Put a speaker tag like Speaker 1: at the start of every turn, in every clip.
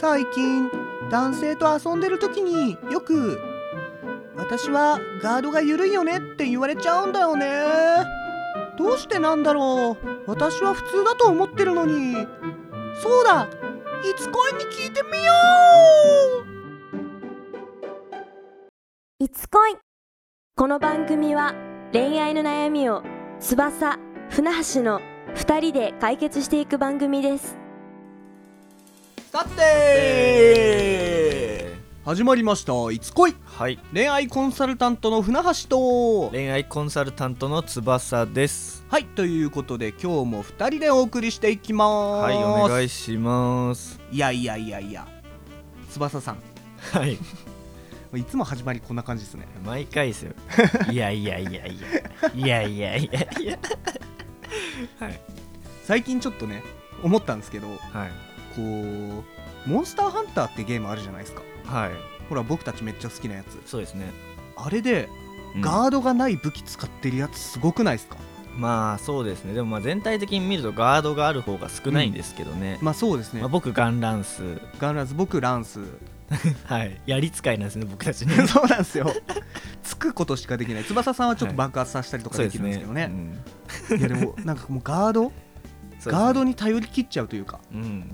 Speaker 1: 最近男性と遊んでる時によく「私はガードが緩いよね」って言われちゃうんだよねどうしてなんだろう私は普通だと思ってるのにそうだいつ恋に聞いてみよ
Speaker 2: いつ恋この番組は恋愛の悩みを翼船橋の2人で解決していく番組です
Speaker 1: うさて始まりました「いつ恋
Speaker 3: はい」
Speaker 1: 恋愛コンサルタントの船橋と
Speaker 3: 恋愛コンサルタントの翼です
Speaker 1: はいということで今日も2人でお送りしていきます
Speaker 3: はいお願いします
Speaker 1: いやいやいやいや翼さん
Speaker 3: はい
Speaker 1: いつも始まりこんな感じですね
Speaker 3: 毎回ですよいやいやいやいやいやいやいやいや
Speaker 1: 最近ちょっとね思ったんですけど
Speaker 3: はい
Speaker 1: こうモンスターハンターってゲームあるじゃないですか
Speaker 3: はい
Speaker 1: ほら僕たちめっちゃ好きなやつ
Speaker 3: そうですね、
Speaker 1: あれで
Speaker 3: うん
Speaker 1: ガードがない武器使ってるやつすごくないですか、
Speaker 3: まあそうですねでもまあ全体的に見るとガードがある方が少ないんですけどね、
Speaker 1: まあそうですね、
Speaker 3: まあ、僕ガンランス
Speaker 1: ガンランス僕ランス
Speaker 3: はいやり使いなんですね僕たちね
Speaker 1: そうなんですよつくことしかできない翼さんはちょっと爆発させたりとか
Speaker 3: そう
Speaker 1: で
Speaker 3: で
Speaker 1: き
Speaker 3: す
Speaker 1: るんで
Speaker 3: ね
Speaker 1: すけどね,、
Speaker 3: うん
Speaker 1: いやでもなんかもうガード、
Speaker 3: そうですね
Speaker 1: ガードに頼り切っちゃうというか
Speaker 3: うん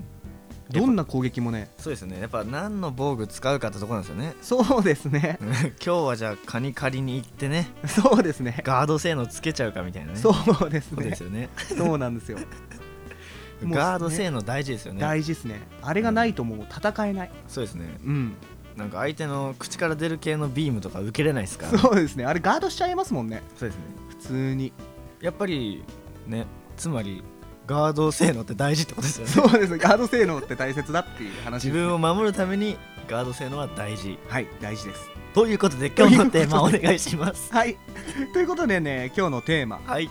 Speaker 1: どんな攻撃もね
Speaker 3: そうですねやっぱ何の防具使うかってとこなんですよね
Speaker 1: そうですね
Speaker 3: 今日はじゃあカニ借りに行ってね
Speaker 1: そうですね
Speaker 3: ガード性能つけちゃうかみたいなね
Speaker 1: そうです
Speaker 3: そうで
Speaker 1: ね
Speaker 3: すよね
Speaker 1: そうなんですよもう
Speaker 3: ガード性能大事ですよね
Speaker 1: 大事ですねあれがないともう戦えない
Speaker 3: そうですね
Speaker 1: うん
Speaker 3: なんか相手の口から出る系のビームとか受けれないですからね、
Speaker 1: そうですねあれガードしちゃいますもんね
Speaker 3: そうですね
Speaker 1: 普通に
Speaker 3: やっぱりねつまりガード性能って大事ってことですよね
Speaker 1: そうですねガード性能って大切だっていう話
Speaker 3: 自
Speaker 1: ですね
Speaker 3: 分を守るためにガード性能は大事
Speaker 1: はい大事です
Speaker 3: ということで今日のテーマお願いします
Speaker 1: はい ということでね今日のテーマ
Speaker 3: はい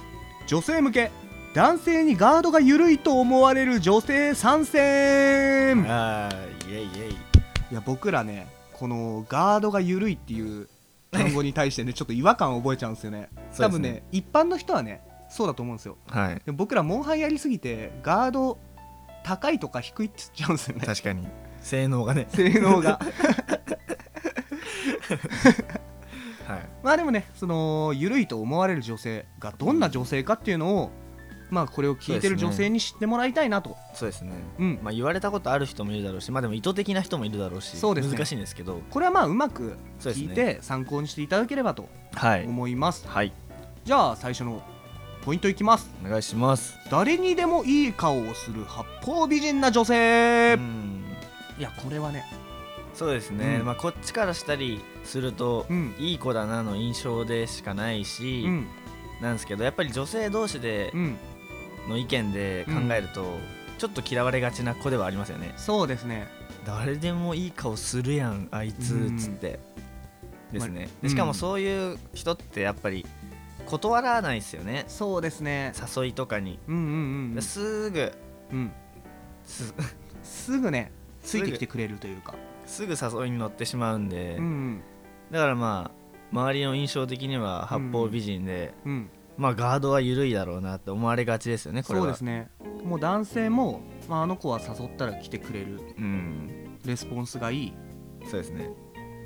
Speaker 1: 女性向け男性にガードが緩いと思われる女性参戦
Speaker 3: あーイエイイエイ
Speaker 1: いや僕らねこのガードが緩いっていう単語に対してねちょっと違和感を覚えちゃうんですよね
Speaker 3: そう
Speaker 1: 多
Speaker 3: ですね
Speaker 1: 分ね一般の人はねそうだと思うんですよ
Speaker 3: はい
Speaker 1: でも僕らモンハンやりすぎてガード高いとか低いって言っちゃうんです よね
Speaker 3: 確かに性能 がね
Speaker 1: 性能が
Speaker 3: はい
Speaker 1: まあでもねその緩いと思われる女性がどんな女性かっていうのをまあこれを聞いてる
Speaker 3: そうですね
Speaker 1: 女性に知ってもらいたいなと
Speaker 3: そうですね
Speaker 1: うん
Speaker 3: まあ言われたことある人もいるだろうしまあでも意図的な人もいるだろうし
Speaker 1: そうですね
Speaker 3: 難しいんですけど
Speaker 1: これはまあうまく
Speaker 3: そうで
Speaker 1: 聞
Speaker 3: す
Speaker 1: い
Speaker 3: ね
Speaker 1: て参考にしていただければと
Speaker 3: はい
Speaker 1: 思います
Speaker 3: はい
Speaker 1: じゃあ最初のポイントいきます
Speaker 3: お願いします
Speaker 1: 誰にでもいい顔をする八方美人な女性、
Speaker 3: うん
Speaker 1: いやこれはね
Speaker 3: そうですね、
Speaker 1: うん
Speaker 3: まあこっちからしたりすると、
Speaker 1: うん
Speaker 3: いい子だなの印象でしかないし、
Speaker 1: うん
Speaker 3: なんですけどやっぱり女性同士で
Speaker 1: うん
Speaker 3: の意見で考えると、ちょっと嫌われがちな子ではありますよね
Speaker 1: そうですね
Speaker 3: 誰でもいい顔するやんあいつ
Speaker 1: うん
Speaker 3: っつって、ですね
Speaker 1: うん
Speaker 3: でしかもそういう人ってやっぱり断らないですよね
Speaker 1: そうですね
Speaker 3: 誘いとかに、
Speaker 1: うんうんうん
Speaker 3: すぐ
Speaker 1: うん
Speaker 3: す
Speaker 1: すぐねついてきてくれるというか
Speaker 3: すぐ誘いに乗ってしまうんで、
Speaker 1: うん
Speaker 3: だからまあ周りの印象的には八方美人で、
Speaker 1: うんうん
Speaker 3: まあガードは緩いだろうなって思われがちですよねこれ
Speaker 1: そう
Speaker 3: は
Speaker 1: ですねもう男性も、まあ、あの子は誘ったら来てくれる
Speaker 3: うん
Speaker 1: レスポンスがいい
Speaker 3: そうですね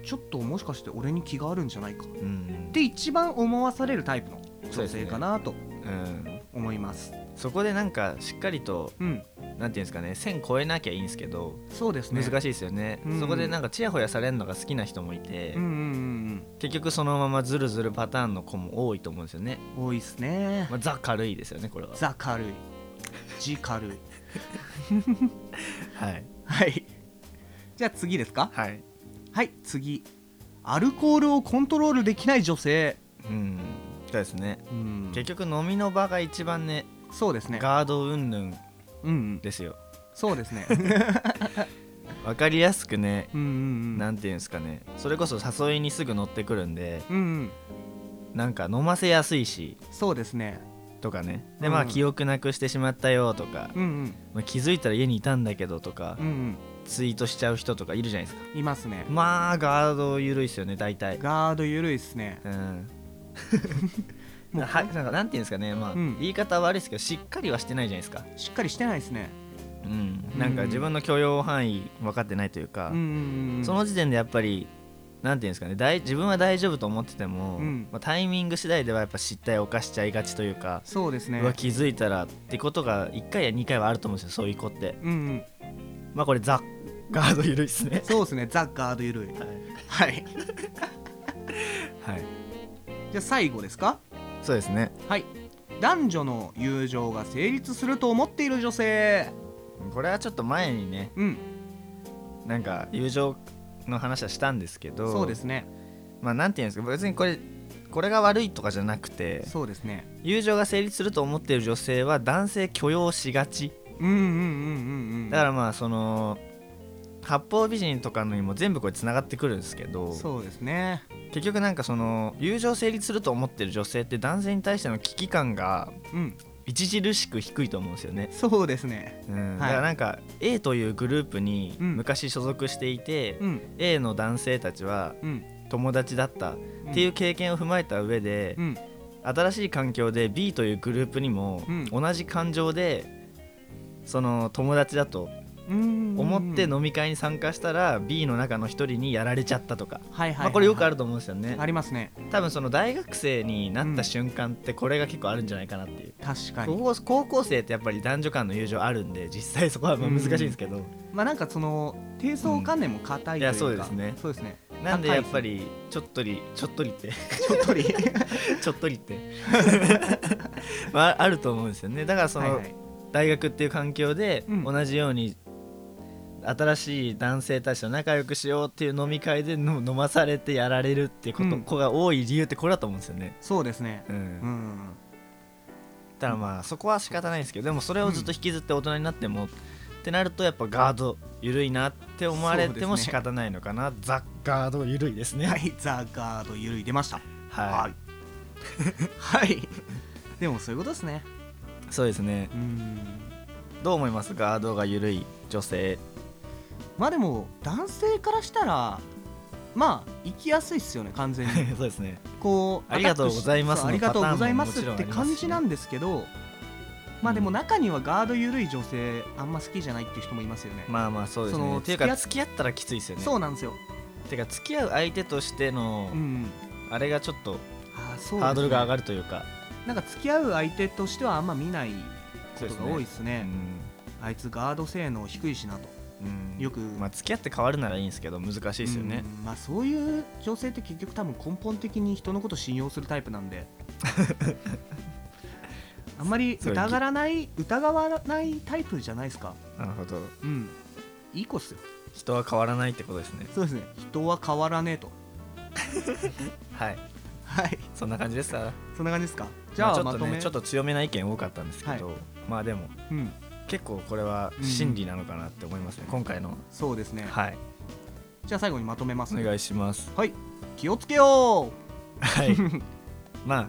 Speaker 1: ちょっともしかして俺に気があるんじゃないかっ
Speaker 3: うん
Speaker 1: て一番思わされるタイプの
Speaker 3: そう
Speaker 1: 女
Speaker 3: ですね
Speaker 1: 性かなと
Speaker 3: うん
Speaker 1: 思います
Speaker 3: そこでなんかしっかりと
Speaker 1: うん
Speaker 3: なんていうんですかね線超えなきゃいいんですけど
Speaker 1: そうですね
Speaker 3: 難しいですよね
Speaker 1: うん
Speaker 3: そこでなんかちやほやされるのが好きな人もいて、
Speaker 1: うんうん
Speaker 3: 結局そのままズルズルパターンの子も多いと思うんですよね、
Speaker 1: うん多いっすね、
Speaker 3: まあ、ザ軽いですよねこれは
Speaker 1: ザ軽い字軽い
Speaker 3: はい
Speaker 1: はいじゃあ次ですか
Speaker 3: はい
Speaker 1: はい次アルコールをコントロールできない女性
Speaker 3: うんそうですね
Speaker 1: うん
Speaker 3: 結局飲みの場が一番ね
Speaker 1: そうですね
Speaker 3: ガード云々
Speaker 1: うんうん
Speaker 3: ですよ
Speaker 1: そうです ね
Speaker 3: わかりやすくね
Speaker 1: うんうんうん
Speaker 3: なんていうんですかねそれこそ誘いにすぐ乗ってくるんで
Speaker 1: うんうん
Speaker 3: なんか飲ませやすいし
Speaker 1: そうですね
Speaker 3: とかねで
Speaker 1: うん
Speaker 3: まあ記憶なくしてしまったよとか、
Speaker 1: うん
Speaker 3: まあ、気づいたら家にいたんだけどとか
Speaker 1: うんうん
Speaker 3: ツイートしちゃう人とかいるじゃないですか
Speaker 1: うんいますね
Speaker 3: まあガード緩いっすよね大体
Speaker 1: ガード緩いっすね
Speaker 3: うん
Speaker 1: もう
Speaker 3: はなんかなんていうんですかねまあ、
Speaker 1: うん
Speaker 3: 言い方は悪いですけどしっかりはしてないじゃないですか
Speaker 1: しっかりしてないっすね
Speaker 3: うん、なんか自分の許容範囲分かってないというか、
Speaker 1: うん
Speaker 3: その時点でやっぱりなんていうんですかね大自分は大丈夫と思ってても、
Speaker 1: うん
Speaker 3: まあ、タイミング次第ではやっぱ失態を犯しちゃいがちというか、
Speaker 1: そうですね
Speaker 3: うわ気づいたらってことが1回や2回はあると思うんですよそういう子って
Speaker 1: うんうん
Speaker 3: まあこれザ・ガード緩いっすね
Speaker 1: そうですねザ・ガードゆるいはい
Speaker 3: はい
Speaker 1: じゃあ最後ですか
Speaker 3: そうですね
Speaker 1: はい男女の友情が成立すると思っている女性
Speaker 3: これはちょっと前にね
Speaker 1: うん
Speaker 3: なんか友情の話はしたんですけど
Speaker 1: そうですね
Speaker 3: まあなんていうんですか別にこれこれが悪いとかじゃなくて
Speaker 1: そうですね
Speaker 3: 友情が成立すると思っている女性は男性許容しがち
Speaker 1: うんうんうんうんうん
Speaker 3: だからまあその八方美人とかのにも全部これつながってくるんですけど
Speaker 1: そうですね
Speaker 3: 結局なんかその友情成立すると思ってる女性って男性に対しての危機感が
Speaker 1: うん
Speaker 3: 著しく低いと思うんですよね、
Speaker 1: そうですね
Speaker 3: うん
Speaker 1: はい
Speaker 3: だからなんか A というグループに
Speaker 1: うん
Speaker 3: 昔所属していて、
Speaker 1: うん
Speaker 3: A の男性たちは
Speaker 1: うん
Speaker 3: 友達だったっていう経験を踏まえた上で、
Speaker 1: うん
Speaker 3: 新しい環境で B というグループにも
Speaker 1: うん
Speaker 3: 同じ感情でその友達だと
Speaker 1: うん
Speaker 3: 思って飲み会に参加したら B の中の一人にやられちゃったとか、
Speaker 1: はいはいはい、
Speaker 3: まあ、これよくあ
Speaker 1: る
Speaker 3: ると思うんですよね
Speaker 1: ありますね
Speaker 3: 多分その大学生になった瞬間ってこれが結構あるんじゃないかなっていう、
Speaker 1: 確か
Speaker 3: 高
Speaker 1: に
Speaker 3: 校高校生ってやっぱり男女間の友情あるんで実際そこはまあ
Speaker 1: うん
Speaker 3: 難しいんですけど、
Speaker 1: まあなんかその低層観念も硬いというか、
Speaker 3: うんいやそうですね
Speaker 1: そうですね
Speaker 3: なんでやっぱりちょっとりちょっとりって
Speaker 1: ちょっとり
Speaker 3: ちょっとりって まああると思うんですよねだからそ
Speaker 1: はい
Speaker 3: の
Speaker 1: はい
Speaker 3: 大学っていう環境で
Speaker 1: うん
Speaker 3: 同じように新しい男性たちと仲良くしようっていう飲み会での飲まされてやられるってこと、
Speaker 1: うん
Speaker 3: 子が多い理由ってこれだと思うんですよね、
Speaker 1: そうですね
Speaker 3: うん
Speaker 1: うん
Speaker 3: ただまあそこは仕方ないですけどでもそれをずっと引きずって大人になっても、ってなるとやっぱガード緩いなって思われても
Speaker 1: そうです
Speaker 3: 仕
Speaker 1: ね
Speaker 3: 方ないのかな、ザ・ガード緩いですね
Speaker 1: は
Speaker 3: はい、
Speaker 1: いザ・ガードゆるい出ましたはいはいでもそういうことですね
Speaker 3: そうですね
Speaker 1: うん
Speaker 3: どう思いますガードが緩い女性
Speaker 1: まあでも男性からしたらまあ生きやすいっすよね完全に
Speaker 3: そうですね
Speaker 1: こう
Speaker 3: ありがとうございます
Speaker 1: そうあ
Speaker 3: の
Speaker 1: りがとうございま
Speaker 3: パ
Speaker 1: す
Speaker 3: ターンももちろん
Speaker 1: って
Speaker 3: ありますし
Speaker 1: 感じなんですけどまあでも
Speaker 3: うん
Speaker 1: 中にはガード緩い女性あんま好きじゃないっていう人もいますよね、
Speaker 3: まあまあそうですね
Speaker 1: その
Speaker 3: ってい
Speaker 1: 付
Speaker 3: う
Speaker 1: き合
Speaker 3: か
Speaker 1: っ
Speaker 3: 付き合ったらきついですよね
Speaker 1: そうなんですよ
Speaker 3: てか付き合う相手としての、
Speaker 1: うん
Speaker 3: あれがちょっと
Speaker 1: あそうですね
Speaker 3: ハードルが上がるというか
Speaker 1: なんか付き合う相手としてはあんま見ないことが多いです
Speaker 3: う
Speaker 1: ね
Speaker 3: ん
Speaker 1: あいつガード性能低いしなと
Speaker 3: うん
Speaker 1: よく
Speaker 3: まあ、付き合って変わるならいいんですけど難しいですよね、
Speaker 1: うんまあそういう女性って結局多分根本的に人のこと信用するタイプ なんであんまり
Speaker 3: そう
Speaker 1: 疑らない疑わないタイプじゃないですか
Speaker 3: なるほど
Speaker 1: うんいい子っすよ
Speaker 3: 人は変わらないってことですね
Speaker 1: そうですね人は変わらねえと
Speaker 3: はい
Speaker 1: はい
Speaker 3: そんな感じですか
Speaker 1: そんな感じですかじゃあ
Speaker 3: ちょ
Speaker 1: ま
Speaker 3: っと
Speaker 1: と
Speaker 3: ね
Speaker 1: め
Speaker 3: ちょっと強めな意見多かったんですけど、まあでも
Speaker 1: うん
Speaker 3: 結構これは真理なのかなって思いますね、今回の
Speaker 1: そうですね
Speaker 3: はい
Speaker 1: じゃあ最後にまとめます
Speaker 3: お願い します
Speaker 1: はい気をつけよ
Speaker 3: は
Speaker 1: う
Speaker 3: いまあ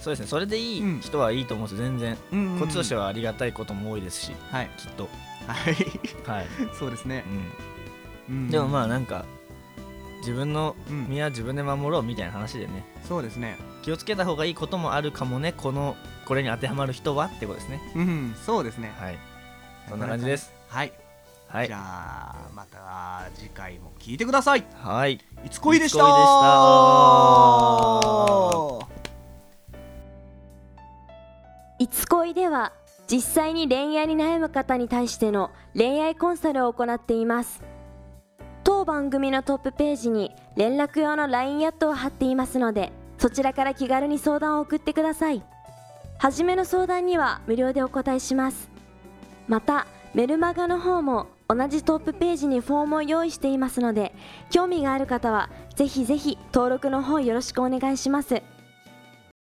Speaker 3: そうですねそれでい
Speaker 1: うん
Speaker 3: い人はいいと思うんですよ全然、
Speaker 1: うん
Speaker 3: こっちとして
Speaker 1: は
Speaker 3: はありがたいことも多いですし
Speaker 1: はい
Speaker 3: きっと
Speaker 1: はい
Speaker 3: はい、
Speaker 1: そうですね
Speaker 3: う、ん
Speaker 1: うん
Speaker 3: でもまあなんか自分の
Speaker 1: うん
Speaker 3: 身は自分で守ろうみたいな話でね
Speaker 1: そうですね
Speaker 3: 気をつけた方がいいこともあるかもねこのこれに当てはまる人はってことですね
Speaker 1: うんそうですね
Speaker 3: はいそんな感じです
Speaker 1: はい
Speaker 3: はい
Speaker 1: じゃあまた次回も聞いてください
Speaker 3: はい
Speaker 1: いつこいでした
Speaker 3: いつこいで
Speaker 2: い
Speaker 3: した
Speaker 2: つ恋では実際に恋愛に悩む方に対しての恋愛コンサルを行っています当番組のトップページに連絡用の LINE アットを貼っていますのでそちらから気軽に相談を送ってください初めの相談には無料でお答えしますまたメルマガの方も同じトップページにフォームを用意していますので興味がある方はぜひぜひ登録の方よろしくお願いします